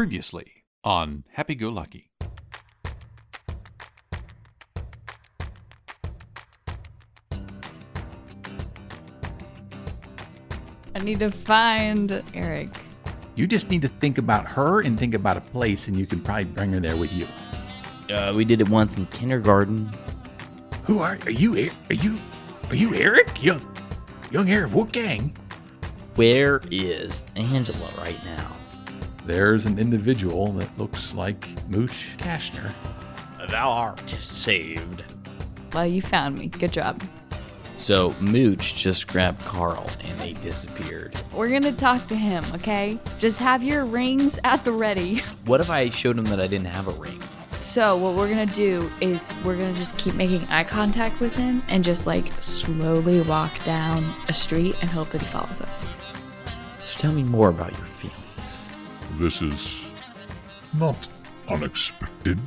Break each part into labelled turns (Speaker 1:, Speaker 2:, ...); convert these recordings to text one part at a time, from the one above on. Speaker 1: Previously on Happy Go Lucky.
Speaker 2: I need to find Eric.
Speaker 3: You just need to think about her and think about a place, and you can probably bring her there with you.
Speaker 4: Uh, we did it once in kindergarten.
Speaker 3: Who are are you? E- Are you are you Eric? Young young Eric Wu Gang?
Speaker 4: Where is Angela right now?
Speaker 3: There's an individual that looks like Mooch Kashner.
Speaker 4: Thou art saved.
Speaker 2: Well, you found me. Good job.
Speaker 4: So Mooch just grabbed Carl and they disappeared.
Speaker 2: We're gonna talk to him, okay? Just have your rings at the ready.
Speaker 4: What if I showed him that I didn't have a ring?
Speaker 2: So, what we're gonna do is we're gonna just keep making eye contact with him and just like slowly walk down a street and hope that he follows us.
Speaker 4: So tell me more about your feelings.
Speaker 5: This is not unexpected.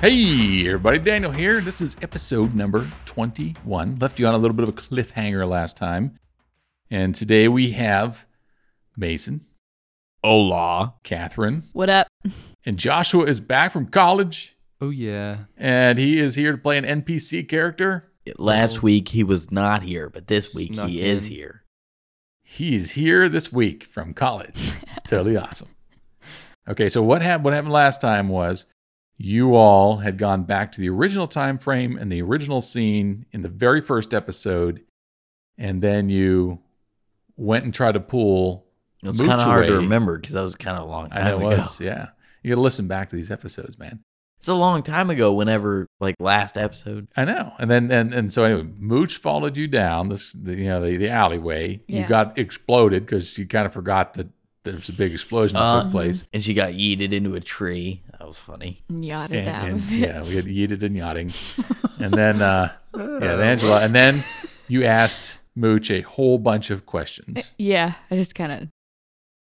Speaker 3: Hey, everybody, Daniel here. This is episode number 21. Left you on a little bit of a cliffhanger last time. And today we have Mason,
Speaker 4: Hola.
Speaker 3: Catherine,
Speaker 2: What up?
Speaker 3: and Joshua is back from college,
Speaker 6: Oh yeah.
Speaker 3: and he is here to play an NPC character.
Speaker 4: Last week he was not here, but this week
Speaker 6: Snuck
Speaker 4: he is
Speaker 6: in.
Speaker 4: here.
Speaker 3: He is here this week from college. It's totally awesome. Okay, so what happened? What happened last time was you all had gone back to the original time frame and the original scene in the very first episode, and then you went and tried to pull.
Speaker 4: It's
Speaker 3: Mooch
Speaker 4: kind of hard to
Speaker 3: away.
Speaker 4: remember because that was kind of a long time
Speaker 3: I know it
Speaker 4: ago.
Speaker 3: was, yeah. You got to listen back to these episodes, man.
Speaker 4: It's a long time ago. Whenever like last episode,
Speaker 3: I know. And then and, and so anyway, Mooch followed you down this the, you know the, the alleyway.
Speaker 2: Yeah.
Speaker 3: You got exploded because you kind of forgot that there's a big explosion that
Speaker 4: Uh-huh.
Speaker 3: took place.
Speaker 4: and she got yeeted into a tree. That was funny.
Speaker 2: Yada out
Speaker 3: And-
Speaker 2: of
Speaker 3: and-
Speaker 2: it.
Speaker 3: yeah, we had yeeted and yachting. and then uh yeah, the Angela. And then you asked Mooch a whole bunch of questions.
Speaker 2: Yeah, I just kind of,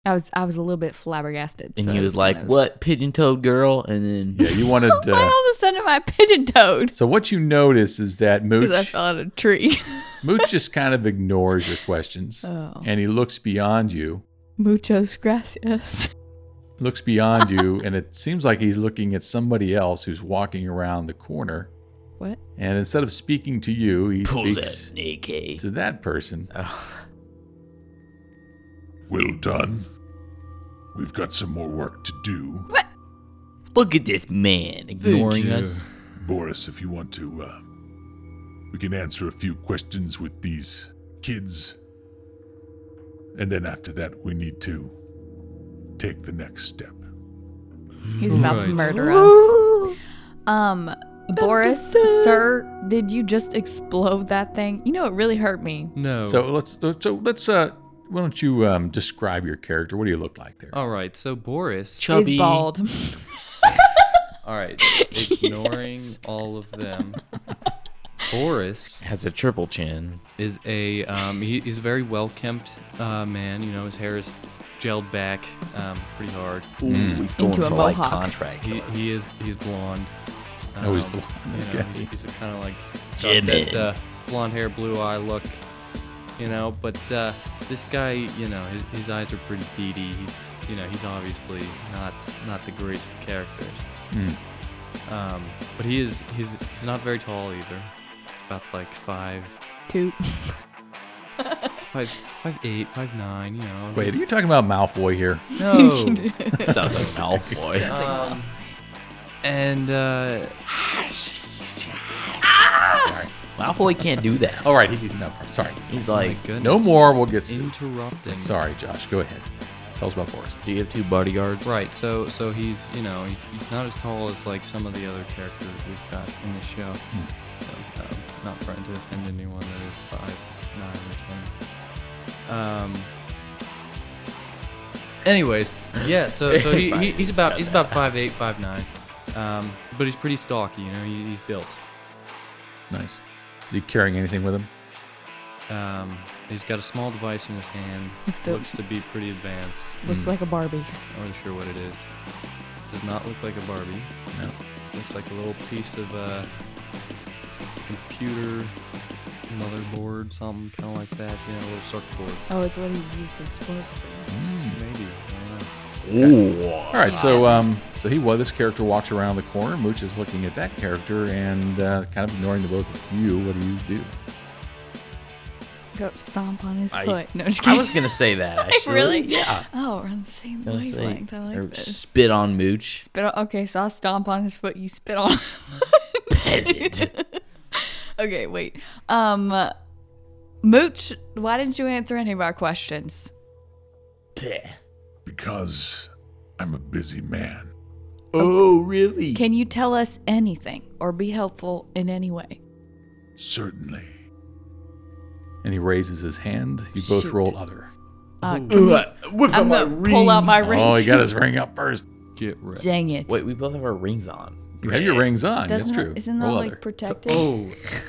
Speaker 2: I was, I was a little bit flabbergasted.
Speaker 4: And
Speaker 2: so
Speaker 4: he
Speaker 2: I
Speaker 4: was like,
Speaker 2: kind of-
Speaker 4: "What pigeon toed girl?" And then
Speaker 3: Yeah, you wanted
Speaker 2: Why all
Speaker 3: uh,
Speaker 2: of a sudden am I pigeon toed?
Speaker 3: so what you notice is that
Speaker 2: Because I
Speaker 3: Mooch
Speaker 2: fell out of a tree.
Speaker 3: Mooch just kind of ignores your questions.
Speaker 2: Oh.
Speaker 3: And he looks beyond you.
Speaker 2: Muchos gracias.
Speaker 3: Looks beyond you and it seems like he's looking at somebody else who's walking around the corner.
Speaker 2: What?
Speaker 3: And instead of speaking to you, he
Speaker 4: pulls
Speaker 3: speaks
Speaker 4: an AK.
Speaker 3: to that person.
Speaker 4: Oh,
Speaker 5: Well done. We've got some more work to do.
Speaker 4: look at this man ignoring us.
Speaker 5: Boris, if you want to, uh, we can answer a few questions with these kids. And then after that, we need to take the next step.
Speaker 2: He's about to
Speaker 6: Right.
Speaker 2: murder us. Um, Boris, sir, did you just explode that thing? You know, it really hurt me.
Speaker 6: No.
Speaker 3: So let's so let's uh why don't you um describe your character? What do you look like there?
Speaker 6: all right. So Boris.
Speaker 4: Chubby.
Speaker 2: He's bald.
Speaker 6: All right. Ignoring all of them. Boris
Speaker 4: Has a triple chin.
Speaker 6: is a um, he, he's a very well kempt uh, man. You know his hair is gelled back um, pretty hard.
Speaker 4: Ooh, he's going
Speaker 2: Into a
Speaker 4: Hmm. for like
Speaker 2: mohawk.
Speaker 4: contract.
Speaker 6: He,
Speaker 4: killer.
Speaker 6: he is he's blonde. Um,
Speaker 3: Oh, he's blonde,
Speaker 6: You know,
Speaker 3: okay.
Speaker 6: he's, he's kind of like got
Speaker 4: Jimmy.
Speaker 6: that uh, blonde hair, blue eye look. You know, but uh, this guy, you know, his, his eyes are pretty beady. He's you know he's obviously not not the greatest of characters.
Speaker 3: Mm.
Speaker 6: Um, but he is he's he's not very tall either. He's about like five
Speaker 2: Two.
Speaker 6: five five eight five nine. You know.
Speaker 3: Wait, are you talking about Malfoy here?
Speaker 6: no.
Speaker 4: Sounds like Malfoy.
Speaker 6: um, and uh,
Speaker 4: Malfoy can't do that.
Speaker 3: All right, he's no sorry.
Speaker 4: He's
Speaker 6: my
Speaker 4: Oh, like,
Speaker 6: goodness.
Speaker 3: No more, we'll get sued.
Speaker 6: interrupting.
Speaker 3: Sorry, Josh, go ahead. Tell us about Boris.
Speaker 4: do you have two bodyguards?
Speaker 6: Right, so so he's you know he's, he's not as tall as like some of the other characters we've got in this show. So, um, not trying to offend anyone that is five nine or ten. Um. Anyways, yeah, so so he, he, he's about he's about five eight five nine, Um, but he's pretty stocky, you know, he, he's built.
Speaker 3: Nice. Is he carrying anything with him?
Speaker 6: Um, he's got a small device in his hand,
Speaker 2: The-
Speaker 6: looks to be pretty advanced.
Speaker 4: Mm.
Speaker 2: Looks like a Barbie.
Speaker 6: Not really sure what it is. Does not look like a Barbie.
Speaker 3: No.
Speaker 6: Looks like a little piece of uh, computer motherboard, something kind of like that. You know, a little circuit board.
Speaker 2: Oh, it's what he used to explode the thing.
Speaker 6: Maybe. I don't know.
Speaker 3: All right, so um, so he well, this character walks around the corner. Mooch is looking at that character and uh, kind of ignoring the both of you. What do you do?
Speaker 2: Go stomp on his
Speaker 4: I-
Speaker 2: foot. No, just
Speaker 4: I
Speaker 2: kidding.
Speaker 4: was gonna say that. Actually.
Speaker 2: really?
Speaker 4: Yeah.
Speaker 2: Oh, we're on the same
Speaker 4: Gonna say,
Speaker 2: wavelength. I
Speaker 4: or
Speaker 2: like this.
Speaker 4: Spit on Mooch.
Speaker 2: Spit on, okay, so I'll stomp on his foot. You spit on.
Speaker 4: Peasant.
Speaker 2: okay, wait. Um, Mooch, why didn't you answer any of our questions?
Speaker 4: Bleh.
Speaker 5: Because I'm a busy man.
Speaker 4: oh, really?
Speaker 2: Can you tell us anything or be helpful in any way?
Speaker 5: Certainly.
Speaker 3: And he raises his hand. You both
Speaker 2: Shoot.
Speaker 3: roll other.
Speaker 2: Uh,
Speaker 4: Whip
Speaker 2: I'm gonna pull out my ring.
Speaker 3: Oh, he got his ring up first.
Speaker 6: Get ready.
Speaker 2: Dang it!
Speaker 4: Wait, we both have our rings on.
Speaker 3: You have your rings on.
Speaker 2: Doesn't
Speaker 3: That's true.
Speaker 2: That, isn't that
Speaker 3: roll
Speaker 2: like
Speaker 3: other.
Speaker 2: protected?
Speaker 6: Oh,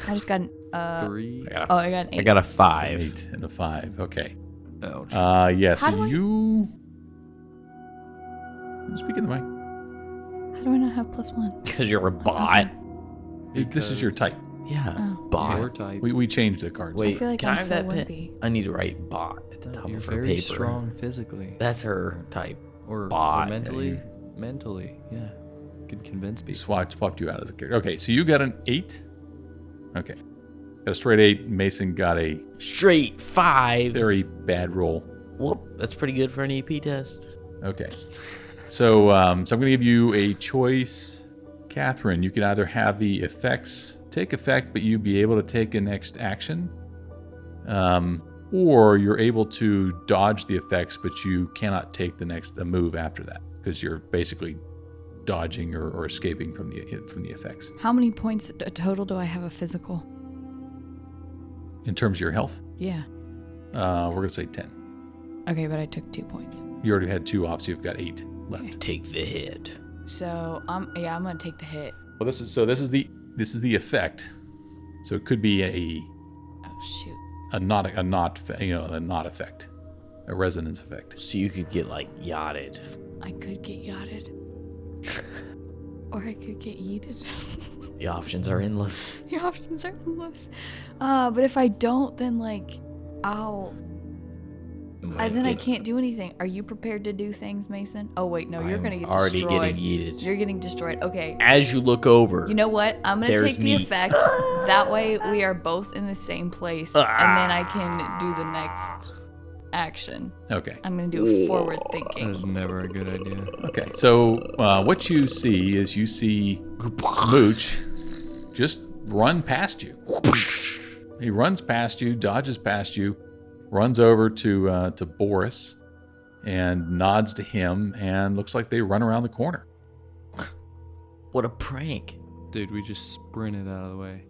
Speaker 2: I just got an. Uh,
Speaker 6: three.
Speaker 2: oh, I got an eight.
Speaker 4: I got a five.
Speaker 3: Eight and a five. Okay.
Speaker 6: Ouch.
Speaker 3: Uh, yeah. So
Speaker 2: How do I-
Speaker 3: you. Speak in the mic.
Speaker 2: How do I not have plus one?
Speaker 4: Because you're a bot.
Speaker 3: This is your type.
Speaker 4: Yeah.
Speaker 2: Oh.
Speaker 4: Bot.
Speaker 6: Your type.
Speaker 3: We, we changed the cards.
Speaker 4: Wait,
Speaker 2: I feel like
Speaker 4: can
Speaker 2: I'm
Speaker 4: I have
Speaker 2: so
Speaker 4: that pen? Oh,
Speaker 2: wimpy.
Speaker 4: I need to write bot at the top
Speaker 6: You're
Speaker 4: of her
Speaker 6: very
Speaker 4: paper.
Speaker 6: strong physically,
Speaker 4: That's her type.
Speaker 6: or, or
Speaker 4: bot,
Speaker 6: mentally.
Speaker 4: yeah,
Speaker 6: Mentally, yeah. Could convince
Speaker 3: He
Speaker 6: people.
Speaker 3: swapped, swapped you out as a character. Okay, so you got an eight. Okay. Got a straight eight. Mason got a
Speaker 4: Straight five.
Speaker 3: very bad roll.
Speaker 4: Whoop. That's pretty good for an EP test.
Speaker 3: Okay. So, um, so I'm going to give you a choice, Catherine. You can either have the effects take effect, but you be able to take a next action, um, or you're able to dodge the effects, but you cannot take the next a move after that because you're basically dodging or, or escaping from the from the effects.
Speaker 2: How many points t- total do I have a physical?
Speaker 3: In terms of your health,
Speaker 2: Yeah.
Speaker 3: uh, we're going to say ten.
Speaker 2: Okay, but I took two points.
Speaker 3: You already had two off, so you've got eight left.
Speaker 4: Take the hit.
Speaker 2: So I'm yeah, I'm gonna take the hit.
Speaker 3: Well, this is so. This is the this is the effect. So it could be a
Speaker 2: Oh shoot.
Speaker 3: a not a not fe- you know a not effect, a resonance effect.
Speaker 4: So you could get like yachted.
Speaker 2: I could get yachted. or I could get yeeted.
Speaker 4: The options are endless.
Speaker 2: the options are endless. Uh, but if I don't, then like, I'll. I, then I can't do anything. Are you prepared to do things, Mason? Oh wait, no, you're
Speaker 4: I'm
Speaker 2: gonna get
Speaker 4: already
Speaker 2: destroyed.
Speaker 4: getting yeeted.
Speaker 2: you're getting destroyed. Okay.
Speaker 4: As you look over,
Speaker 2: You know what? I'm gonna
Speaker 4: There's
Speaker 2: take the
Speaker 4: me.
Speaker 2: effect. that way, we are both in the same place, and then I can do the next action.
Speaker 3: Okay,
Speaker 2: I'm gonna do a forward thinking.
Speaker 6: That is never a good idea.
Speaker 3: okay. So uh, what you see is you see Mooch just run past you. He runs past you, dodges past you, runs over to uh, to Boris, and nods to him, and looks like they run around the corner.
Speaker 4: what a prank.
Speaker 6: Dude, we just sprinted out of the way.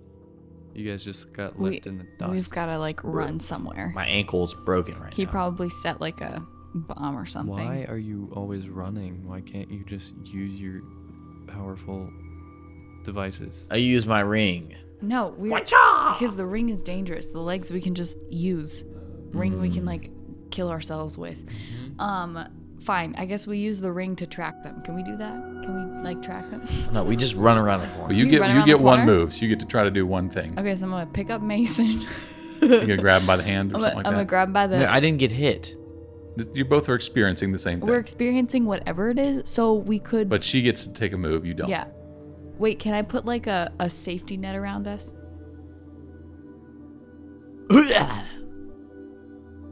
Speaker 6: You guys just got
Speaker 2: We-
Speaker 6: left in the
Speaker 2: We've
Speaker 6: dust.
Speaker 2: gotta like run somewhere.
Speaker 4: My ankle's broken right
Speaker 2: He
Speaker 4: now.
Speaker 2: probably set like a bomb or something.
Speaker 6: Why are you always running? Why can't you just use your powerful devices?
Speaker 4: I use my ring.
Speaker 2: No, we because the ring is dangerous. The legs we can just use. Ring we
Speaker 3: Mm.
Speaker 2: can like kill ourselves with.
Speaker 3: Mm-hmm.
Speaker 2: Um, fine. I guess we use the ring to track them. Can we do that? Can we like track them?
Speaker 4: No, we just run around the
Speaker 3: But
Speaker 4: corner.
Speaker 3: you
Speaker 2: You
Speaker 3: get
Speaker 2: run
Speaker 3: you
Speaker 2: around the
Speaker 3: get one
Speaker 2: corner?
Speaker 3: move, so you get to try to do one thing.
Speaker 2: Okay, so I'm gonna pick up Mason.
Speaker 3: You can grab him by the hand or
Speaker 2: I'm, gonna,
Speaker 3: something
Speaker 2: I'm gonna
Speaker 3: like that.
Speaker 2: grab by the.
Speaker 4: No, I didn't get hit.
Speaker 3: you both are experiencing the same
Speaker 2: We're
Speaker 3: thing,
Speaker 2: experiencing whatever it is, so we could.
Speaker 3: but she gets to take a move. You don't.
Speaker 2: yeah. Wait, can I put like a, a safety net around us?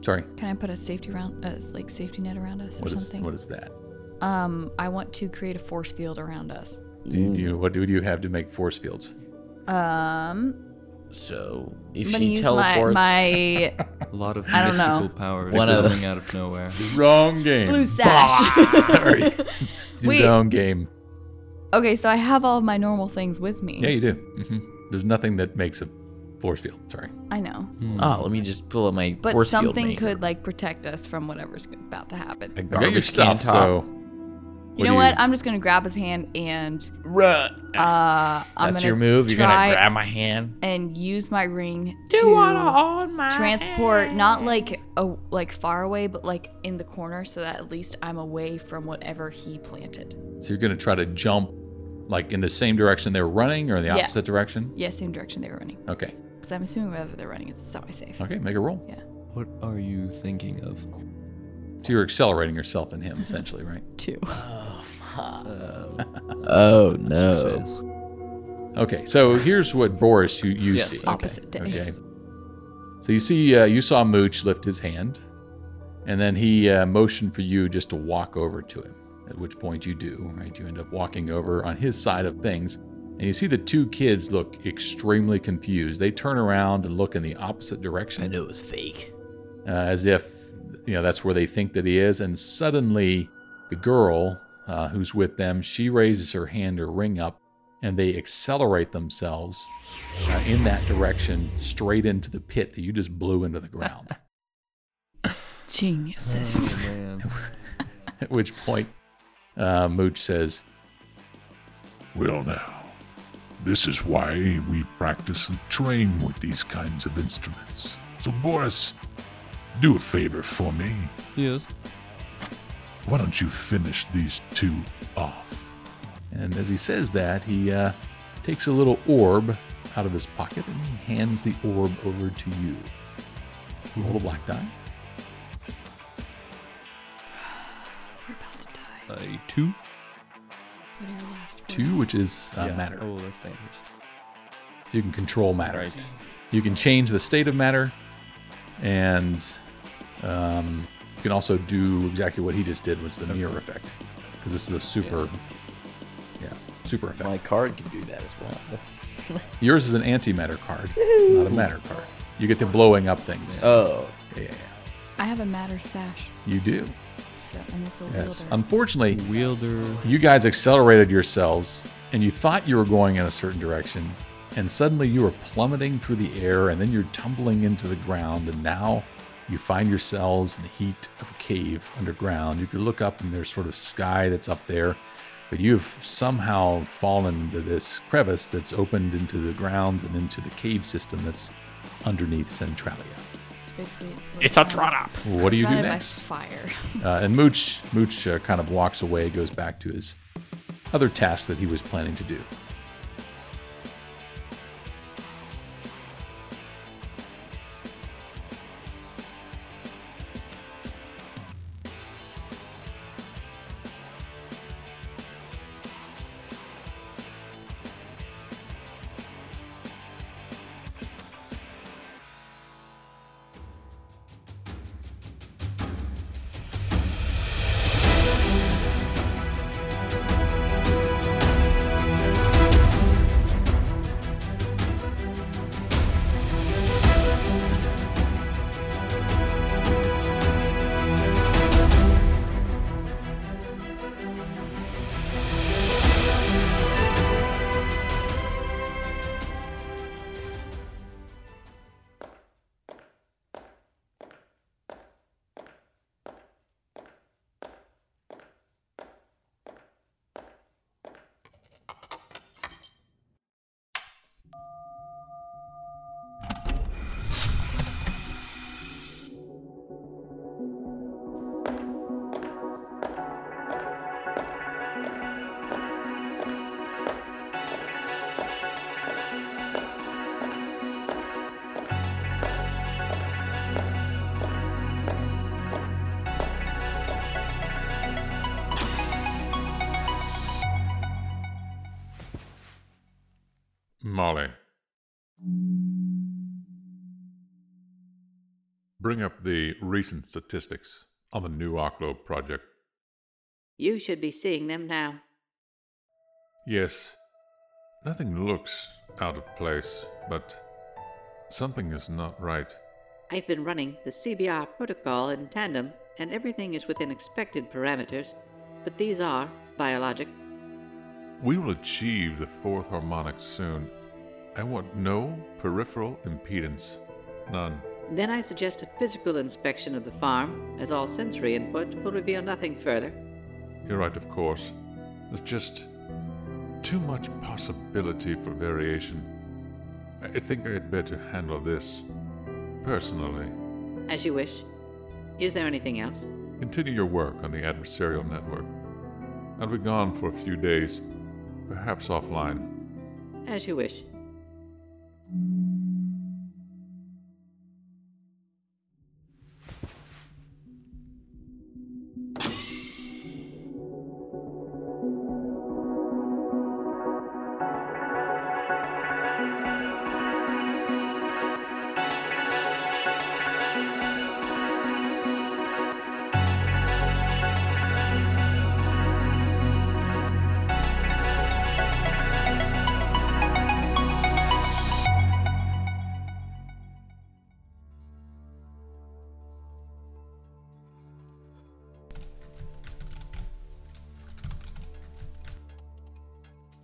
Speaker 3: Sorry.
Speaker 2: Can I put a safety round, uh, like safety net around us or
Speaker 3: What is
Speaker 2: something?
Speaker 3: what is that?
Speaker 2: um, I want to create a force field around us.
Speaker 3: Do you,
Speaker 2: Mm.
Speaker 3: do you- what do you have to make force fields?
Speaker 2: Um,
Speaker 4: So if
Speaker 2: I'm gonna
Speaker 4: she
Speaker 2: use my,
Speaker 4: teleports,
Speaker 2: my
Speaker 6: A lot of
Speaker 2: I don't know.
Speaker 6: mystical powers
Speaker 4: One of-
Speaker 6: coming out of nowhere.
Speaker 3: Wrong game.
Speaker 2: blue sash.
Speaker 3: Sorry.
Speaker 2: Wait.
Speaker 3: Wrong game.
Speaker 2: okay, so I have all of my normal things with me.
Speaker 3: Yeah, you do. hmm There's nothing that makes a force field. Sorry.
Speaker 2: I know,
Speaker 4: oh, let me just pull up my
Speaker 2: but
Speaker 4: force field
Speaker 2: something
Speaker 4: maker.
Speaker 2: could like protect us from whatever's about to happen.
Speaker 4: A
Speaker 3: I got your
Speaker 4: garbage can
Speaker 3: stuff.
Speaker 4: top.
Speaker 3: So What do
Speaker 2: You know
Speaker 3: you-
Speaker 2: what? I'm just gonna grab his hand and
Speaker 4: Run.
Speaker 2: uh, I'm
Speaker 4: That's
Speaker 2: gonna
Speaker 4: your move. You're
Speaker 2: try
Speaker 4: gonna grab my hand.
Speaker 2: and use my ring
Speaker 4: You wanna
Speaker 2: to
Speaker 4: hold my
Speaker 2: transport
Speaker 4: hand?
Speaker 2: not like a, like far away, but like in the corner, so that at least I'm away from whatever he planted.
Speaker 3: So you're going to try to jump like in the same direction they were running or the
Speaker 2: Yeah.
Speaker 3: opposite direction?
Speaker 2: Yeah, same direction they were running.
Speaker 3: Okay.
Speaker 2: Because I'm assuming whether they're running, it's semi-safe.
Speaker 3: Okay, make a roll.
Speaker 6: What are you thinking of?
Speaker 3: So you're accelerating yourself and him essentially, right?
Speaker 2: Two.
Speaker 4: Oh, fuck.
Speaker 6: Um,
Speaker 4: Oh no.
Speaker 6: success.
Speaker 3: Okay, so here's what Boris you, you
Speaker 6: Yes,
Speaker 3: see.
Speaker 6: okay.
Speaker 2: Opposite day.
Speaker 3: Okay. So you see, uh, you saw Mooch lift his hand, and then he uh, motioned for you just to walk over to him. At which point you do, right? You end up walking over on his side of things, and you see the two kids look extremely confused. They turn around and look in the opposite direction
Speaker 4: I knew it was fake.
Speaker 3: uh, as if you know that's where they think that he is. And suddenly, the girl uh, who's with them she raises her hand or ring up, and they accelerate themselves uh, in that direction straight into the pit that you just blew into the ground.
Speaker 2: Geniuses.
Speaker 6: Oh, man.
Speaker 3: At which point, uh, Mooch says,
Speaker 5: Well, now, this is why we practice and train with these kinds of instruments. So, Boris, do a favor for me.
Speaker 6: Yes.
Speaker 5: Why don't you finish these two off?
Speaker 3: and as he says that, he uh, takes a little orb out of his pocket and he hands the orb over to you. Roll a black die.
Speaker 2: We're about to die.
Speaker 6: A two.
Speaker 2: What are your last
Speaker 3: Uh, Two, which is uh, matter.
Speaker 6: Oh, that's dangerous.
Speaker 3: So you can control matter.
Speaker 6: Right.
Speaker 3: You can change the state of matter, and um, you can also do exactly what he just did, was the mirror effect, because this is a super, yeah, super effect.
Speaker 4: My card can do that as well.
Speaker 3: Yours is an antimatter card, not a matter card. You get to blowing up things.
Speaker 4: Oh.
Speaker 3: Yeah, yeah,
Speaker 2: I have a matter sash,
Speaker 3: yeah. you do.
Speaker 2: so, and it's a
Speaker 3: Yes.
Speaker 2: wielder.
Speaker 3: Unfortunately,
Speaker 6: Wielder.
Speaker 3: you guys accelerated yourselves, and you thought you were going in a certain direction, and suddenly you were plummeting through the air, and then you're tumbling into the ground, and now you find yourselves in the heat of a cave underground. You could look up, and there's sort of sky that's up there, but you've somehow fallen into this crevice that's opened into the ground and into the cave system that's underneath Centralia.
Speaker 2: it's basically.
Speaker 4: It's a trot up.
Speaker 3: What do you do
Speaker 2: surrounded
Speaker 3: next?
Speaker 2: By fire.
Speaker 3: Uh, and Mooch, Mooch uh, kind of walks away, goes back to his other tasks that he was planning to do.
Speaker 7: Molly. Bring up the recent statistics on the new Oclo project.
Speaker 8: You should be seeing them now.
Speaker 7: Yes, nothing looks out of place, but something is not right.
Speaker 8: I've been running the CBR protocol in tandem, and everything is within expected parameters, but these are biologic.
Speaker 7: We will achieve the fourth harmonic soon. I want no peripheral impedance. None.
Speaker 8: Then I suggest a physical inspection of the farm, as all sensory input will reveal nothing further.
Speaker 7: You're right, of course. There's just too much possibility for variation. I think I'd better handle this personally.
Speaker 8: As you wish. Is there anything else?
Speaker 7: Continue your work on the adversarial network. I'll be gone for a few days, perhaps offline.
Speaker 8: As you wish.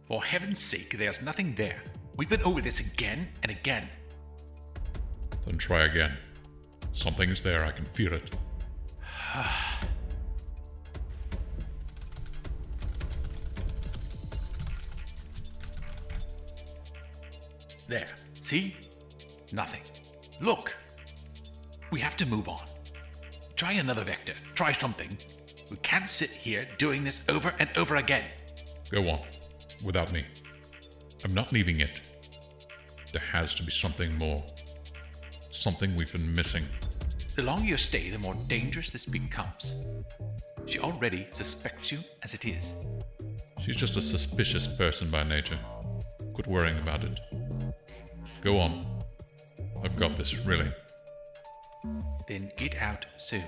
Speaker 9: For heaven's sake, there's nothing there. We've been over this again and again.
Speaker 5: Then try again. Something's there, I can feel it.
Speaker 9: There. See? Nothing. Look! We have to move on. Try another vector. Try something. We can't sit here doing this over and over again.
Speaker 5: Go on, without me. I'm not leaving it. There has to be something more. Something we've been missing.
Speaker 9: The longer you stay, the more dangerous this becomes. She already suspects you as it is.
Speaker 5: She's just a suspicious person by nature. Quit worrying about it. Go on. I've got this, really.
Speaker 9: Then get out soon.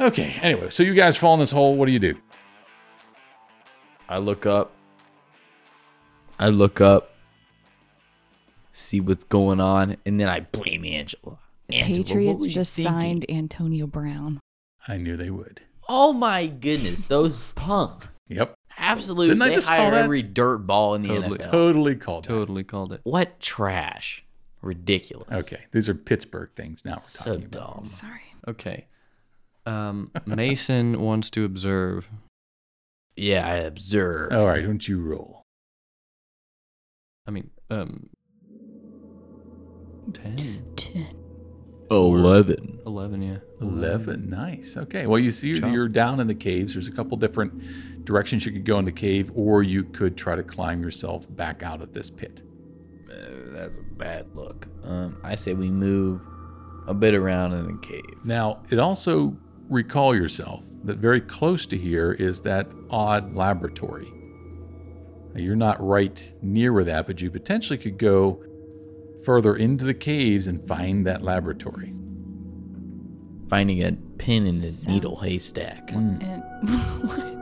Speaker 3: Okay. Anyway, so you guys fall in this hole. What do you do?
Speaker 4: I look up. I look up. See what's going on, and then I blame Angela. Angela, what
Speaker 2: Patriots
Speaker 4: were you
Speaker 2: just
Speaker 4: thinking?
Speaker 2: signed Antonio Brown.
Speaker 3: I knew they would.
Speaker 4: Oh my goodness, those punks!
Speaker 3: Yep.
Speaker 4: Absolutely,
Speaker 3: Didn't I
Speaker 4: they
Speaker 3: just call
Speaker 4: hire
Speaker 3: that?
Speaker 4: every dirt ball in the
Speaker 6: Totally.
Speaker 4: NFL.
Speaker 3: Totally called. that.
Speaker 6: Totally called it.
Speaker 4: What trash! Ridiculous.
Speaker 3: Okay. These are Pittsburgh things now we're
Speaker 4: so
Speaker 3: talking about.
Speaker 4: dumb.
Speaker 2: Sorry.
Speaker 6: Okay. Um, Mason wants to observe.
Speaker 4: Yeah, I observed.
Speaker 3: All right. Don't you roll?
Speaker 6: I mean, um, 10,
Speaker 4: Eleven.
Speaker 6: 11, yeah.
Speaker 3: 11. Nice. Okay. Well, you see, you're down in the caves. There's a couple different directions you could go in the cave, or you could try to climb yourself back out of this pit.
Speaker 4: Uh, That's a bad look. Um, I say we move a bit around in the cave.
Speaker 3: Now, it also recall yourself that very close to here is that odd laboratory. Now, you're not right near where that, but you potentially could go further into the caves and find that laboratory.
Speaker 4: Finding a pin in the needle
Speaker 2: Sounds-
Speaker 4: haystack.
Speaker 3: Mm, Hmm.
Speaker 2: And what?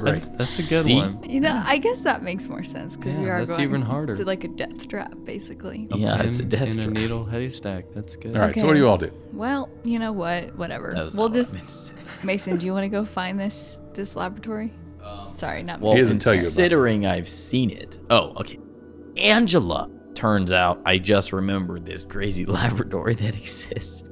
Speaker 3: Right.
Speaker 6: That's a good
Speaker 4: See?
Speaker 6: one.
Speaker 2: You know, I guess that makes more sense because we
Speaker 6: Yeah,
Speaker 2: are
Speaker 6: that's
Speaker 2: going
Speaker 6: even harder.
Speaker 2: to like a death trap, basically.
Speaker 4: Yeah, it's a
Speaker 6: pin
Speaker 4: death
Speaker 6: in
Speaker 4: trap.
Speaker 6: a needle haystack. That's good.
Speaker 3: All right. So, what do you all do?
Speaker 2: Well, you know what? Whatever.
Speaker 4: That was
Speaker 2: We'll
Speaker 4: not what I
Speaker 2: just Mason. Do you want to go find this this laboratory? Sorry, not
Speaker 4: Well,
Speaker 3: He
Speaker 2: Mason.
Speaker 3: doesn't tell you about it.
Speaker 4: considering I've seen it. Oh, okay. Angela, Turns out I just remembered this crazy laboratory that exists.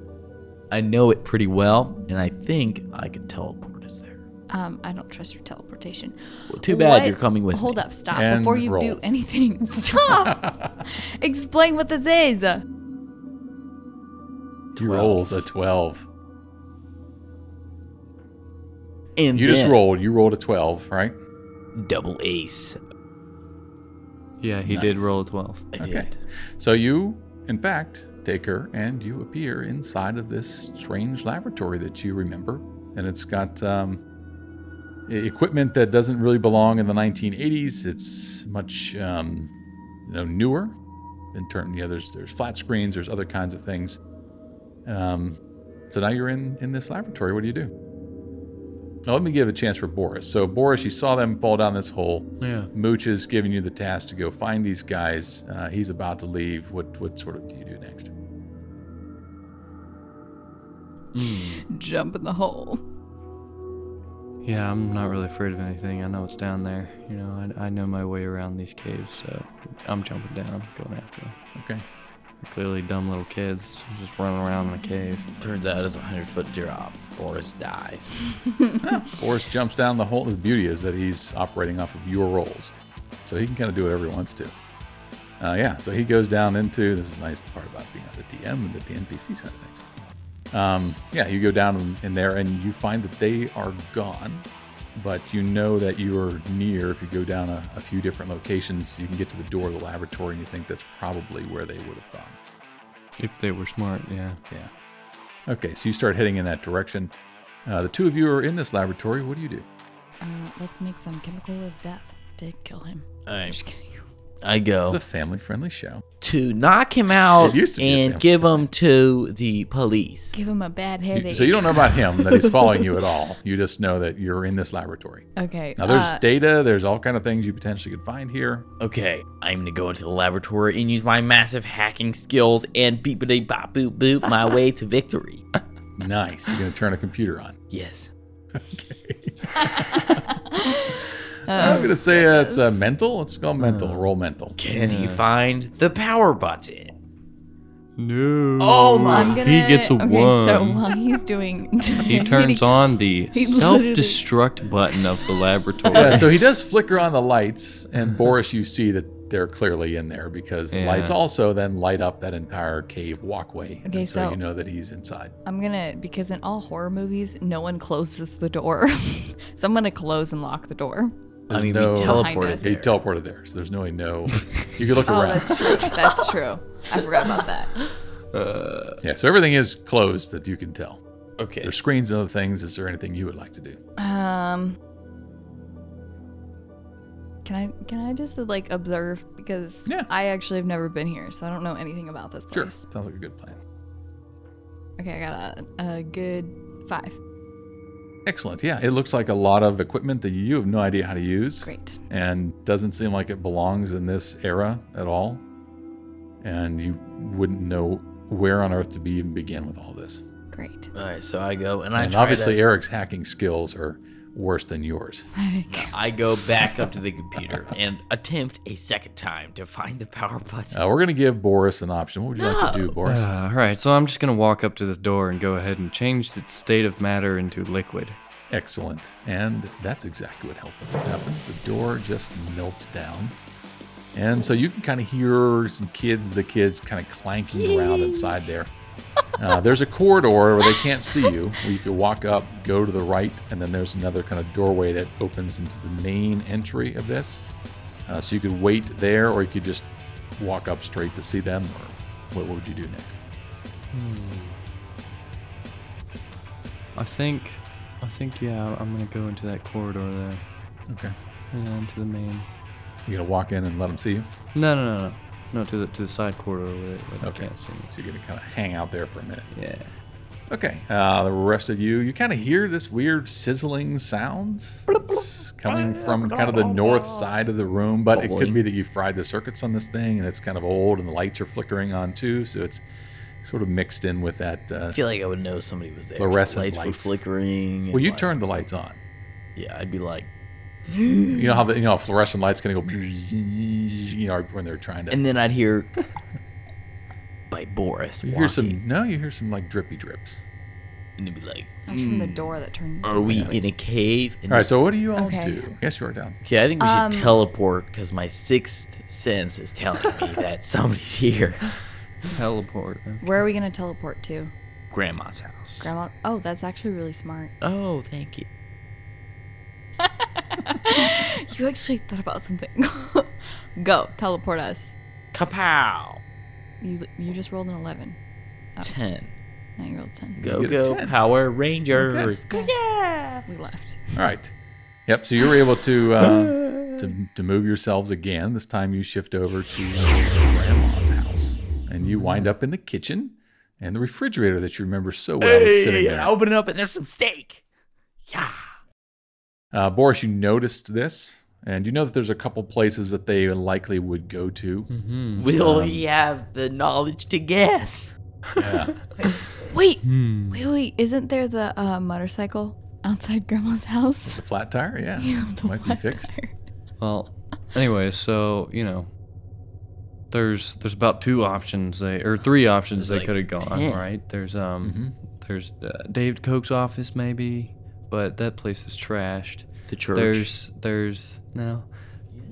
Speaker 4: I know it pretty well, and I think I could teleport us there.
Speaker 2: Um, I don't trust your teleportation.
Speaker 4: Well, too bad
Speaker 2: What-
Speaker 4: you're coming with
Speaker 2: Hold
Speaker 4: me.
Speaker 2: up, stop.
Speaker 3: And
Speaker 2: Before you
Speaker 3: roll.
Speaker 2: do anything, stop. Explain what this is.
Speaker 3: He rolls a 12.
Speaker 4: And
Speaker 3: You just
Speaker 4: then-
Speaker 3: rolled. You rolled a 12, right?
Speaker 4: double ace.
Speaker 6: Yeah, he did roll a 12.
Speaker 4: I
Speaker 3: Okay.
Speaker 4: did.
Speaker 3: So you, in fact, take her and you appear inside of this strange laboratory that you remember. And it's got um, e- equipment that doesn't really belong in the 1980s. It's much um, you know, newer. In turn, yeah, there's there's flat screens, there's other kinds of things. Um, so now you're in in this laboratory. What do you do? Now let me give a chance for Boris. So Boris, you saw them fall down this hole.
Speaker 6: Yeah.
Speaker 3: Mooch is giving you the task to go find these guys. Uh, he's about to leave. What what sort of do you do next?
Speaker 2: Jump in the hole.
Speaker 6: Yeah, I'm not really afraid of anything. I know it's down there. You know, I, I know my way around these caves, so I'm jumping down. I'm going after them.
Speaker 3: Okay.
Speaker 6: They're clearly dumb little kids just running around in a cave.
Speaker 4: Turns out it's a hundred foot drop. Boris dies.
Speaker 3: Boris jumps down the hole. The beauty is that he's operating off of your rolls, so he can kind of do whatever he wants to. Uh, yeah. So he goes down into this is the nice part about being at the DM and at the NPC side of things. Um, yeah, you go down in- in there and you find that they are gone, but you know that you are near. If you go down a, a few different locations, you can get to the door of the laboratory, and you think that's probably where they would have gone.
Speaker 6: If they were smart, yeah.
Speaker 3: Yeah. Okay, so you start heading in that direction. Uh, the two of you are in this laboratory. What do you do?
Speaker 2: Uh, let's make some chemical of death to kill him.
Speaker 4: I,
Speaker 2: Just kidding.
Speaker 4: I
Speaker 3: It's
Speaker 4: go
Speaker 3: a family-friendly show.
Speaker 4: to knock him out
Speaker 3: It used to be a
Speaker 4: and
Speaker 3: family
Speaker 4: give him to the police.
Speaker 2: Give him a bad
Speaker 3: You-
Speaker 2: headache.
Speaker 3: so you don't know about him that he's following you at all. You just know that you're in this laboratory.
Speaker 2: Okay.
Speaker 3: Now there's
Speaker 2: uh,
Speaker 3: data. There's all kind of things you potentially could find here.
Speaker 4: Okay, I'm gonna go into the laboratory and use my massive hacking skills and beepity bop boop boop my way to victory.
Speaker 3: Nice. You're gonna turn a computer on.
Speaker 4: Yes.
Speaker 2: Oh,
Speaker 3: I'm gonna say uh, it's uh, mental. Let's call
Speaker 4: Uh.
Speaker 3: mental. Roll mental.
Speaker 4: Can he find the power button?
Speaker 6: No.
Speaker 4: Oh
Speaker 2: I'm gonna,
Speaker 6: He gets a
Speaker 2: okay, So
Speaker 6: one.
Speaker 2: while he's doing,
Speaker 6: He turns on the
Speaker 2: He
Speaker 6: self
Speaker 2: literally-
Speaker 6: destruct button of the laboratory.
Speaker 3: Yeah, so he does flicker on the lights, and Boris, you see that they're clearly in there because the
Speaker 6: Yeah.
Speaker 3: lights also then light up that entire cave walkway.
Speaker 2: Okay,
Speaker 3: And so
Speaker 2: so-
Speaker 3: you know that he's inside.
Speaker 2: I'm gonna because in all horror movies, no one closes the door, so I'm gonna close and lock the door.
Speaker 4: I
Speaker 3: There's
Speaker 4: mean,
Speaker 3: no-
Speaker 4: we
Speaker 2: Behind
Speaker 4: teleported
Speaker 2: us.
Speaker 3: He
Speaker 4: there.
Speaker 3: teleported there, so there's no way no. You could look
Speaker 2: Oh,
Speaker 3: around.
Speaker 2: that's true. That's true. I forgot about that.
Speaker 3: Yeah, so everything is closed that you can tell.
Speaker 4: Okay.
Speaker 3: There's screens and other things. Is there anything you would like to do?
Speaker 2: Um, can I can I just like observe because
Speaker 3: Yeah.
Speaker 2: I actually have never been here, so I don't know anything about this
Speaker 3: Sure.
Speaker 2: place.
Speaker 3: Sounds like a good plan.
Speaker 2: Okay, I got a, a good five.
Speaker 3: Excellent. Yeah, it looks like a lot of equipment that you have no idea how to use.
Speaker 2: Great.
Speaker 3: And doesn't seem like it belongs in this era at all. And you wouldn't know where on earth to be even begin with all this.
Speaker 2: Great.
Speaker 4: All right, so I go and I
Speaker 3: And
Speaker 4: try
Speaker 3: obviously,
Speaker 4: to,
Speaker 3: Eric's hacking skills are worse than yours.
Speaker 4: I go back up to the computer and attempt a second time to find the power button.
Speaker 3: Uh, we're going to give Boris an option. What would you like to do, Boris?
Speaker 6: Uh, all right, so I'm just gonna walk up to this door and go ahead and change the state of matter into liquid.
Speaker 3: Excellent. And that's exactly what help- happens. The door just melts down. And so you can kind of hear some kids, the kids kind of clanking around inside there. Uh, there's a corridor where they can't see you, where you could walk up, go to the right, and then there's another kind of doorway that opens into the main entry of this. Uh, so you could wait there, or you could just walk up straight to see them, or what, what would you do next?
Speaker 6: I think, I think yeah, I'm gonna go into that corridor there,
Speaker 3: Okay.
Speaker 6: yeah, into the main.
Speaker 3: You're going to walk in and let them see you?
Speaker 6: No, no, no, no, no, to the to the side corridor where they, where they
Speaker 3: Okay.
Speaker 6: can't see me.
Speaker 3: So you're going to kind of hang out there for a minute.
Speaker 6: Yeah.
Speaker 3: Okay, uh, the rest of you, you kind of hear this weird sizzling sound It's coming from kind of the north side of the room, but it could
Speaker 4: Bubbling.
Speaker 3: be that you fried the circuits on this thing and it's kind of old and the lights are flickering on too, so it's sort of mixed in with that. Uh,
Speaker 4: I feel like I would know somebody was there.
Speaker 3: Fluorescent
Speaker 4: lights, were
Speaker 3: lights.
Speaker 4: flickering. and
Speaker 3: well, you
Speaker 4: like-
Speaker 3: turned the lights on.
Speaker 4: Yeah, I'd be like,
Speaker 3: You know how the, you know how fluorescent lights gonna go. You know when they're trying to.
Speaker 4: And then I'd hear by Boris.
Speaker 3: you hear some. No, you hear some like drippy drips.
Speaker 4: and it'd be like,
Speaker 2: That's from the door that turned.
Speaker 4: Hmm. "Are we in a cave?" And
Speaker 3: All right. So what do you all
Speaker 2: Okay.
Speaker 3: do? Yes, you are down.
Speaker 4: okay, I think we should
Speaker 2: Um,
Speaker 4: teleport because my sixth sense is telling me that somebody's here.
Speaker 6: Teleport. huh?
Speaker 2: Where are we gonna teleport to?
Speaker 4: Grandma's house.
Speaker 2: Grandma. Oh, that's actually really smart.
Speaker 4: Oh, thank you.
Speaker 2: You actually thought about something. Go teleport us.
Speaker 4: Kapow!
Speaker 2: You you just rolled an eleven.
Speaker 4: Ten.
Speaker 2: Now you rolled a ten.
Speaker 4: Go
Speaker 3: You get a
Speaker 4: go
Speaker 3: 10.
Speaker 4: Power Rangers.
Speaker 2: We left.
Speaker 3: All right. Yep. So you were able to uh, to to move yourselves again. This time you shift over to grandma's house, and you wind up in the kitchen and the refrigerator that you remember so well is sitting
Speaker 4: Hey,
Speaker 3: there.
Speaker 4: I open it up and there's some steak. Yeah.
Speaker 3: Uh, Boris, you noticed this, and you know that there's a couple places that they likely would go to.
Speaker 4: Will he have the knowledge to guess?
Speaker 2: Wait, wait, wait! Isn't there the uh, motorcycle outside Grandma's house?
Speaker 3: The flat tire, yeah,
Speaker 2: The
Speaker 3: might be
Speaker 2: flat
Speaker 3: fixed.
Speaker 2: tire.
Speaker 6: Well, anyway, so you know, there's there's about two options they or three options
Speaker 4: There's
Speaker 6: they
Speaker 4: like
Speaker 6: could have gone
Speaker 4: 10.
Speaker 6: right. There's um there's uh, Dave Koch's office maybe, but that place is trashed.
Speaker 4: The church.
Speaker 6: There's there's no,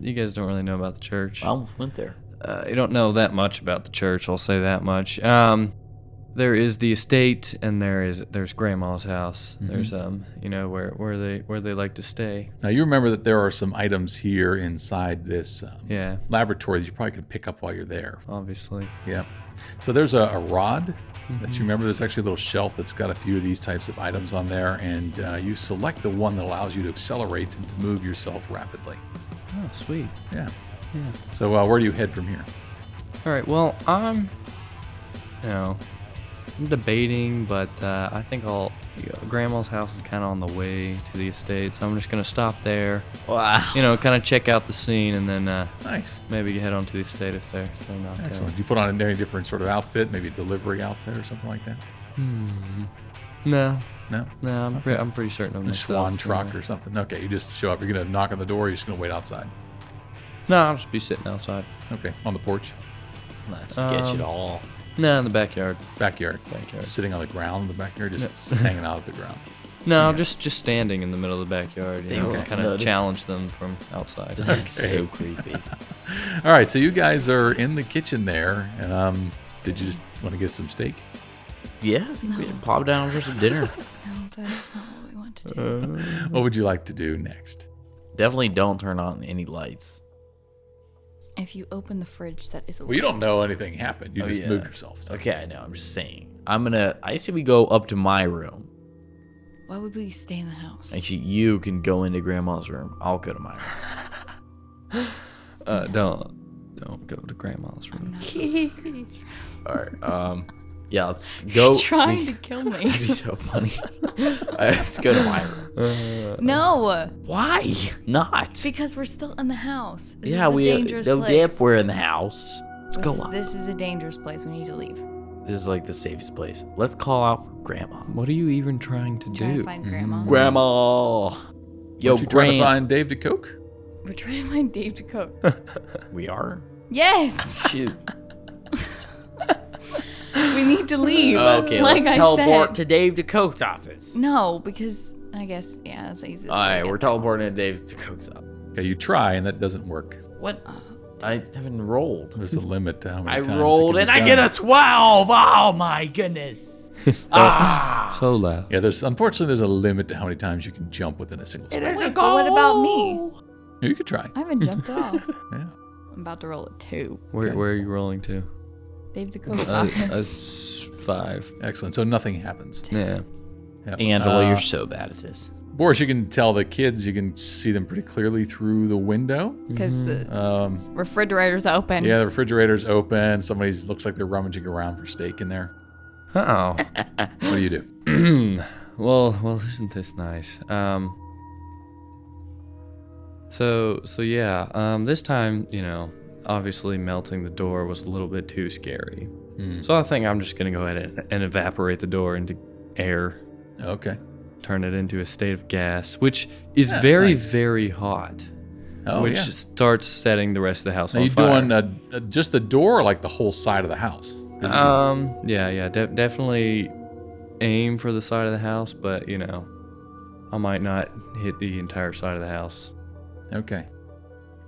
Speaker 6: you guys don't really know about the church.
Speaker 4: I almost went there.
Speaker 6: uh, I don't know that much about the church. I'll say that much. Um, there is the estate, and there is there's Grandma's house. There's um, you know where where they where they like to stay.
Speaker 3: Now you remember that there are some items here inside this um,
Speaker 6: Yeah,
Speaker 3: laboratory that you probably could pick up while you're there.
Speaker 6: obviously.
Speaker 3: Yeah. So there's a, a rod that
Speaker 6: Mm-hmm.
Speaker 3: you remember. There's actually a little shelf that's got a few of these types of items on there, and uh, you select the one that allows you to accelerate and to move yourself rapidly.
Speaker 6: Oh, sweet.
Speaker 3: Yeah.
Speaker 6: Yeah.
Speaker 3: So uh, where do you head from here?
Speaker 6: All right. Well, I'm, you know, I'm debating, but uh, I think I'll. You know, Grandma's house is kind of on the way to the estate, so I'm just gonna stop there.
Speaker 4: Wow.
Speaker 6: You know, kind of check out the scene, and then uh,
Speaker 3: Nice.
Speaker 6: maybe head on to the estate if they're if they're not
Speaker 3: Excellent. Do you put on any different sort of outfit, maybe a delivery outfit or something like that?
Speaker 6: there. No,
Speaker 3: No?
Speaker 6: no, I'm, pre- I'm pretty certain of
Speaker 3: A
Speaker 6: myself.
Speaker 3: Schwann truck or something? Okay, you just show up. You're going to knock on the door. You're just going to wait outside.
Speaker 6: No, I'll just be sitting outside.
Speaker 3: Okay, on the porch,
Speaker 4: Not sketch at
Speaker 6: Um,
Speaker 4: all.
Speaker 6: No, in the backyard.
Speaker 3: backyard.
Speaker 6: Backyard.
Speaker 3: Sitting on the ground in the backyard, just hanging out at the ground.
Speaker 6: No, just just standing in the middle of the backyard. You
Speaker 4: They
Speaker 6: know,
Speaker 4: won't
Speaker 6: kind of
Speaker 4: notice.
Speaker 6: challenge them from outside.
Speaker 4: That's so creepy.
Speaker 3: All right, so you guys are in the kitchen there. Um, did you just want to get some steak?
Speaker 4: Yeah, I think we can pop down for some dinner.
Speaker 2: No, that's not what we want to do.
Speaker 4: Mm-hmm.
Speaker 3: What would you like to do next?
Speaker 4: Definitely don't turn on any lights.
Speaker 2: if you open the fridge, that is.
Speaker 3: Well, you don't know anything happened. You
Speaker 4: Oh,
Speaker 3: just
Speaker 4: yeah.
Speaker 3: moved yourself. So.
Speaker 4: Okay, I know. I'm just saying. I'm gonna. I say we go up to my room.
Speaker 2: Why would we stay in the house?
Speaker 4: Actually, you can go into Grandma's room. I'll go to my room.
Speaker 6: Uh, don't don't go to grandma's room.
Speaker 4: All right. Um. Yeah. Let's go.
Speaker 2: trying to kill me.
Speaker 4: That'd be so funny. All right, let's go to my room.
Speaker 2: no,
Speaker 4: Why not?
Speaker 2: because we're still in the house. This
Speaker 4: yeah,
Speaker 2: is a
Speaker 4: we.
Speaker 2: dangerous
Speaker 4: Uh,
Speaker 2: place.
Speaker 4: yep, we're in the house. Let's
Speaker 2: This-
Speaker 4: go up.
Speaker 2: This is a dangerous place. We need to leave.
Speaker 4: This is like the safest place. Let's call out for Grandma.
Speaker 6: What are you even trying to
Speaker 2: Trying
Speaker 6: do?
Speaker 2: to find Grandma.
Speaker 4: Mm-hmm. Grandma. Yo,
Speaker 3: Aren't you trying to
Speaker 4: Grandma.
Speaker 3: find Dave DeCoke?
Speaker 2: we're trying to find Dave to cook.
Speaker 4: We are.
Speaker 2: yes,
Speaker 4: Shoot.
Speaker 2: we need to leave.
Speaker 4: Okay,
Speaker 2: like
Speaker 4: let's
Speaker 2: I
Speaker 4: teleport
Speaker 2: said.
Speaker 4: to Dave DeCoke's office.
Speaker 2: No, because I guess yeah, that's the easiest.
Speaker 4: All
Speaker 2: way to
Speaker 4: right,
Speaker 2: get
Speaker 4: we're
Speaker 2: there.
Speaker 4: teleporting to Dave DeCoke's office.
Speaker 3: Okay, you try and that doesn't work.
Speaker 4: What?
Speaker 2: Uh,
Speaker 4: I haven't rolled.
Speaker 3: There's a limit to how many
Speaker 4: I
Speaker 3: times. it
Speaker 4: rolled
Speaker 3: can
Speaker 4: and
Speaker 3: be
Speaker 4: I
Speaker 3: done.
Speaker 4: get a 12. Oh my goodness. ah.
Speaker 6: So loud.
Speaker 3: Yeah, there's unfortunately there's a limit to how many times you can jump within a single
Speaker 4: It
Speaker 3: space.
Speaker 4: is a
Speaker 2: Wait, but what about me?
Speaker 4: goal.
Speaker 3: You could try.
Speaker 2: I haven't jumped at all.
Speaker 3: Yeah.
Speaker 2: I'm about to roll a two.
Speaker 6: Where
Speaker 3: Okay.
Speaker 6: where are you rolling to?
Speaker 2: Dave Dakota's
Speaker 3: Uh,
Speaker 6: A, a
Speaker 2: office.
Speaker 6: s- five.
Speaker 3: Excellent. So nothing happens.
Speaker 6: Yeah.
Speaker 3: Yep.
Speaker 4: Angela,
Speaker 3: Uh,
Speaker 4: you're so bad at this.
Speaker 3: Boris, you can tell the kids. You can see them pretty clearly through the window.
Speaker 2: Because the
Speaker 3: Um,
Speaker 2: refrigerator's open.
Speaker 3: Yeah, the refrigerator's open. Somebody's looks like they're rummaging around for steak in there.
Speaker 6: Oh.
Speaker 3: What do you do?
Speaker 6: Hmm. well, well, isn't this nice? Um. So so yeah. Um. This time, you know, obviously melting the door was a little bit too scary.
Speaker 3: Hmm.
Speaker 6: So I think I'm just gonna go ahead and, and evaporate the door into air.
Speaker 3: Okay.
Speaker 6: turn it into a state of gas, which is
Speaker 3: Yeah,
Speaker 6: very,
Speaker 3: nice.
Speaker 6: very hot,
Speaker 3: Oh,
Speaker 6: which
Speaker 3: yeah.
Speaker 6: starts setting the rest of the house
Speaker 3: So
Speaker 6: on
Speaker 3: you
Speaker 6: fire.
Speaker 3: doing uh, uh, just the door or like the whole side of the house?
Speaker 6: Um. Yeah. Yeah. De- definitely aim for the side of the house, but you know, I might not hit the entire side of the house.
Speaker 3: Okay.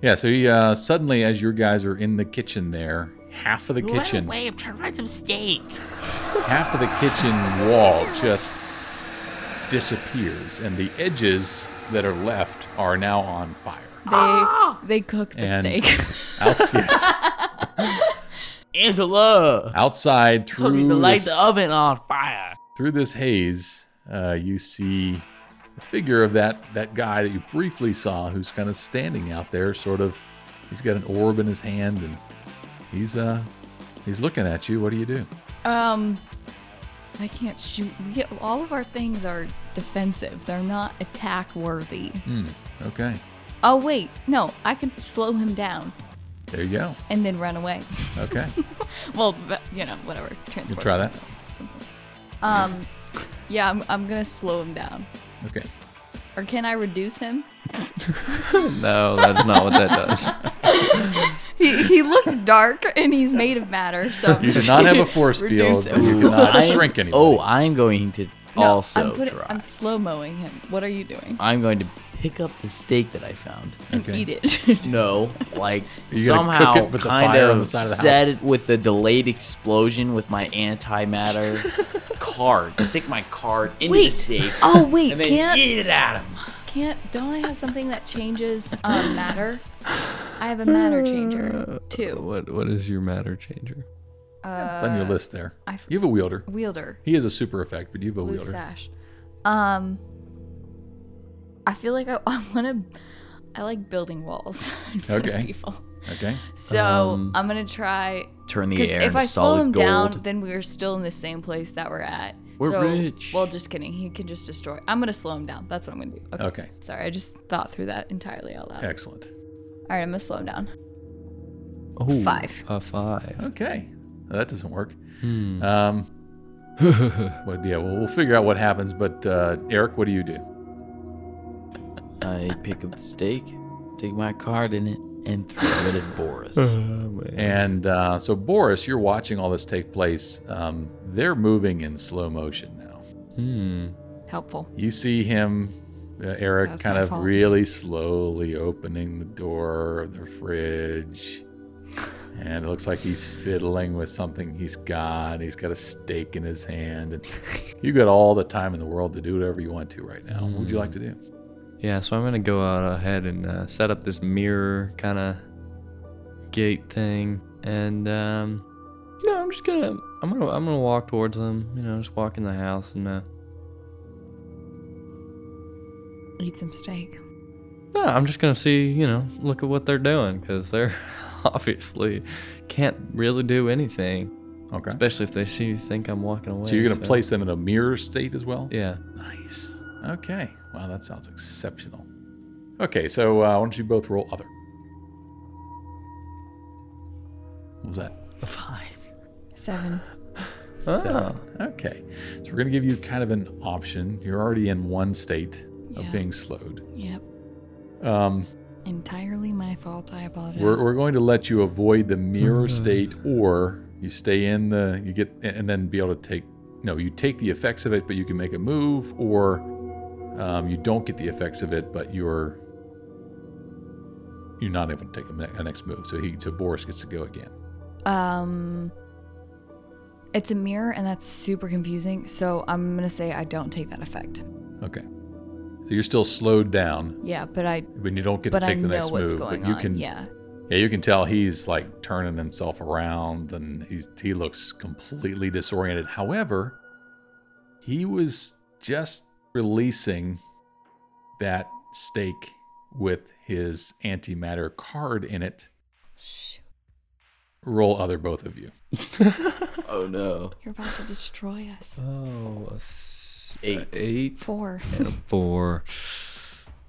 Speaker 3: Yeah, so he, uh, suddenly, as your guys are in the kitchen there, half of the kitchen,
Speaker 10: I'm trying to find some steak.
Speaker 3: half of the kitchen wall just disappears, and the edges that are left are now on fire.
Speaker 2: They they cook the
Speaker 3: And-
Speaker 2: steak.
Speaker 3: Outs- yes.
Speaker 4: Angela!
Speaker 3: Outside
Speaker 10: Told me
Speaker 3: through
Speaker 10: to light
Speaker 3: this,
Speaker 10: the oven on fire.
Speaker 3: through this haze, uh, you see a figure of that that guy that you briefly saw, who's kind of standing out there, sort of. He's got an orb in his hand, and he's uh he's looking at you. What do you do?
Speaker 2: um, I can't shoot. We get, all of our things are defensive. They're not attack worthy.
Speaker 3: Hmm. Okay.
Speaker 2: Oh wait, no, I could slow him down
Speaker 3: There you go.
Speaker 2: and then run away.
Speaker 3: Okay.
Speaker 2: well, but, you know, whatever. Transport.
Speaker 3: try that.
Speaker 2: Something. Um, yeah, I'm I'm gonna slow him down.
Speaker 3: Okay.
Speaker 2: Or can I reduce him?
Speaker 6: No, that's not what that does.
Speaker 2: He, he looks dark and he's made of matter, so
Speaker 3: You do not have a force field.
Speaker 2: Reduce
Speaker 3: and You
Speaker 2: him.
Speaker 3: cannot
Speaker 4: I'm-
Speaker 3: shrink anybody.
Speaker 4: Oh, I'm going to
Speaker 2: No,
Speaker 4: also
Speaker 2: I'm, putting-
Speaker 4: try.
Speaker 2: I'm slow mowing him. What are you doing?
Speaker 4: I'm going to pick up the steak that I found.
Speaker 2: And
Speaker 3: Okay.
Speaker 2: eat Oh. it.
Speaker 4: No, like
Speaker 3: You're gonna cook
Speaker 4: somehow
Speaker 3: it with the
Speaker 4: kind
Speaker 3: fire
Speaker 4: of
Speaker 3: on the side of the house.
Speaker 4: set it with a delayed explosion with my antimatter card. Stick my card into the
Speaker 2: Wait.
Speaker 4: steak
Speaker 2: oh wait,
Speaker 4: and then
Speaker 2: can't
Speaker 4: eat it at him.
Speaker 2: can't don't I have something that changes um, matter? I have a matter changer too.
Speaker 6: What What is your matter changer?
Speaker 3: it's on your list there.
Speaker 2: Uh, I for-
Speaker 3: You have a wielder.
Speaker 2: Wielder,
Speaker 3: He is a super effect, but you have a
Speaker 2: blue
Speaker 3: wielder.
Speaker 2: sash. Um, I feel like I, I want to. I like building walls. in front of
Speaker 3: Okay.
Speaker 2: People.
Speaker 3: Okay.
Speaker 2: So I'm gonna try.
Speaker 4: Turn Um, the
Speaker 2: Because
Speaker 4: air
Speaker 2: if
Speaker 4: into
Speaker 2: I slow
Speaker 4: solid
Speaker 2: him
Speaker 4: gold.
Speaker 2: down, then we're still in the same place that we're at.
Speaker 4: We're
Speaker 2: so,
Speaker 4: rich.
Speaker 2: Well, just kidding. He can just destroy. I'm gonna slow him down. That's what I'm gonna do. Okay.
Speaker 3: Okay.
Speaker 2: Sorry, I just thought through that entirely out loud.
Speaker 3: Excellent.
Speaker 2: All right, I'm gonna slow him down.
Speaker 6: Oh,
Speaker 2: Five.
Speaker 6: A five.
Speaker 3: Okay. Well, that doesn't work. Um, but yeah, well, we'll figure out what happens. But uh, Eric, what do you do?
Speaker 4: I pick up the steak, stick my card in it, and throw it at Boris.
Speaker 3: Uh-huh. And uh, so, Boris, you're watching all this take place. Um, they're moving in slow motion now.
Speaker 6: Hmm.
Speaker 2: Helpful.
Speaker 3: You see him, uh, Eric,
Speaker 2: That's
Speaker 3: kind
Speaker 2: my
Speaker 3: of
Speaker 2: fault.
Speaker 3: really slowly opening the door of the fridge. And it looks like he's fiddling with something he's got. He's got a steak in his hand. And you've got all the time in the world to do whatever you want to right now. What would you like to do?
Speaker 6: Yeah. So I'm gonna go out ahead and uh, set up this mirror kind of gate thing, and um, you know, I'm just gonna, I'm gonna, I'm gonna walk towards them. You know, just walk in the house and. Uh,
Speaker 2: Eat some steak.
Speaker 6: No, I'm just gonna see, you know, look at what they're doing because they're obviously can't really do anything,
Speaker 3: Okay.
Speaker 6: especially if they see you think I'm walking away.
Speaker 3: So you're going to place them in a mirror state as well?
Speaker 6: Yeah.
Speaker 3: Nice. Okay. Wow, that sounds exceptional. Okay, so uh, why don't you both roll other? What was that?
Speaker 2: Seven.
Speaker 6: Ah.
Speaker 3: Seven. Okay. So we're going to give you kind of an option. You're already in one state of
Speaker 2: Yeah.
Speaker 3: being slowed.
Speaker 2: Yep.
Speaker 3: Um,
Speaker 2: Entirely my fault. I apologize.
Speaker 3: we're, we're going to let you avoid the mirror state, or you stay in the, you get, and then be able to take, no, you take the effects of it, but you can make a move, or um, you don't get the effects of it, but you're, you're not able to take a, ne- a next move. So he, so Boris gets to go again.
Speaker 2: um. It's a mirror, and that's super confusing. So I'm gonna say I don't take that effect.
Speaker 3: Okay. So you're still slowed down,
Speaker 2: Yeah, but I.
Speaker 3: but you don't get
Speaker 2: But
Speaker 3: to
Speaker 2: I
Speaker 3: take the
Speaker 2: know
Speaker 3: next
Speaker 2: what's
Speaker 3: move.
Speaker 2: going
Speaker 3: but you
Speaker 2: on.
Speaker 3: can,
Speaker 2: yeah.
Speaker 3: Yeah, you can tell he's like turning himself around and he's he looks completely disoriented. However, he was just releasing that stake with his antimatter card in it. Roll other both of you.
Speaker 4: oh no.
Speaker 2: You're about to destroy us.
Speaker 3: Uh.
Speaker 6: Oh, a s-
Speaker 4: Eight.
Speaker 6: eight,
Speaker 2: Four.
Speaker 6: and a four.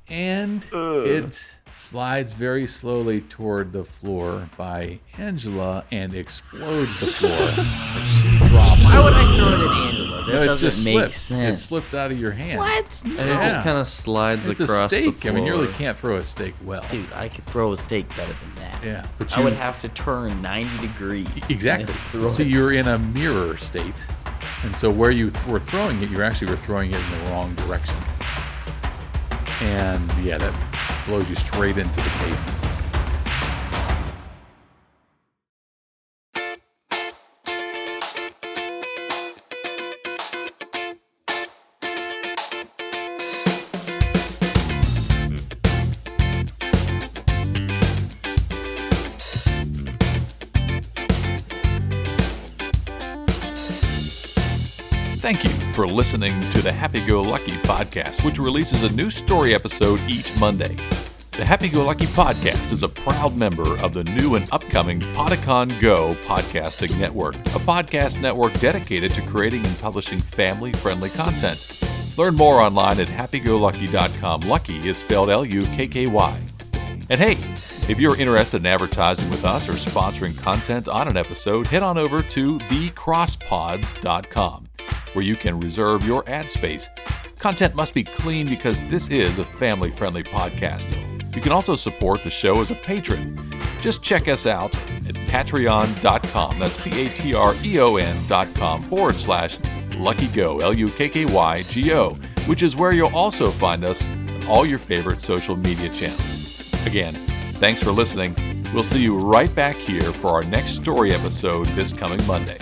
Speaker 3: And it slides very slowly toward the floor by Angela and explodes the floor. as she drops
Speaker 10: Why would I throw it at Angela? That
Speaker 3: No, it's
Speaker 10: doesn't
Speaker 3: just
Speaker 10: make
Speaker 3: slipped.
Speaker 10: sense.
Speaker 3: It slipped out of your hand.
Speaker 10: What?
Speaker 6: And it just
Speaker 3: Yeah.
Speaker 6: kind of slides
Speaker 3: It's
Speaker 6: across
Speaker 3: a steak.
Speaker 6: the floor.
Speaker 3: I mean, you really can't throw a steak well.
Speaker 10: Dude, I could throw a steak better than that.
Speaker 3: Yeah, but
Speaker 10: I
Speaker 3: you-
Speaker 10: would have to turn 90 degrees.
Speaker 3: Exactly.
Speaker 10: and Throw
Speaker 3: See,
Speaker 10: it.
Speaker 3: you're in a mirror state, and so where you th- were throwing it, you actually were throwing it in the wrong direction. And yeah, that blows you straight into the basement.
Speaker 1: Thank you for listening to the Happy Go Lucky podcast, which releases a new story episode each Monday. The Happy Go Lucky podcast is a proud member of the new and upcoming Podicon Go podcasting network, a podcast network dedicated to creating and publishing family friendly content. Learn more online at happygolucky.com. Lucky is spelled L U K K Y. And hey, if you're interested in advertising with us or sponsoring content on an episode, head on over to thecrosspods.com where you can reserve your ad space. Content must be clean because this is a family friendly podcast. You can also support the show as a patron. Just check us out at patreon.com. That's P A T R E O N.com forward slash Lucky Go, L U K K Y G O, which is where you'll also find us on all your favorite social media channels. Again, thanks for listening. We'll see you right back here for our next story episode this coming Monday.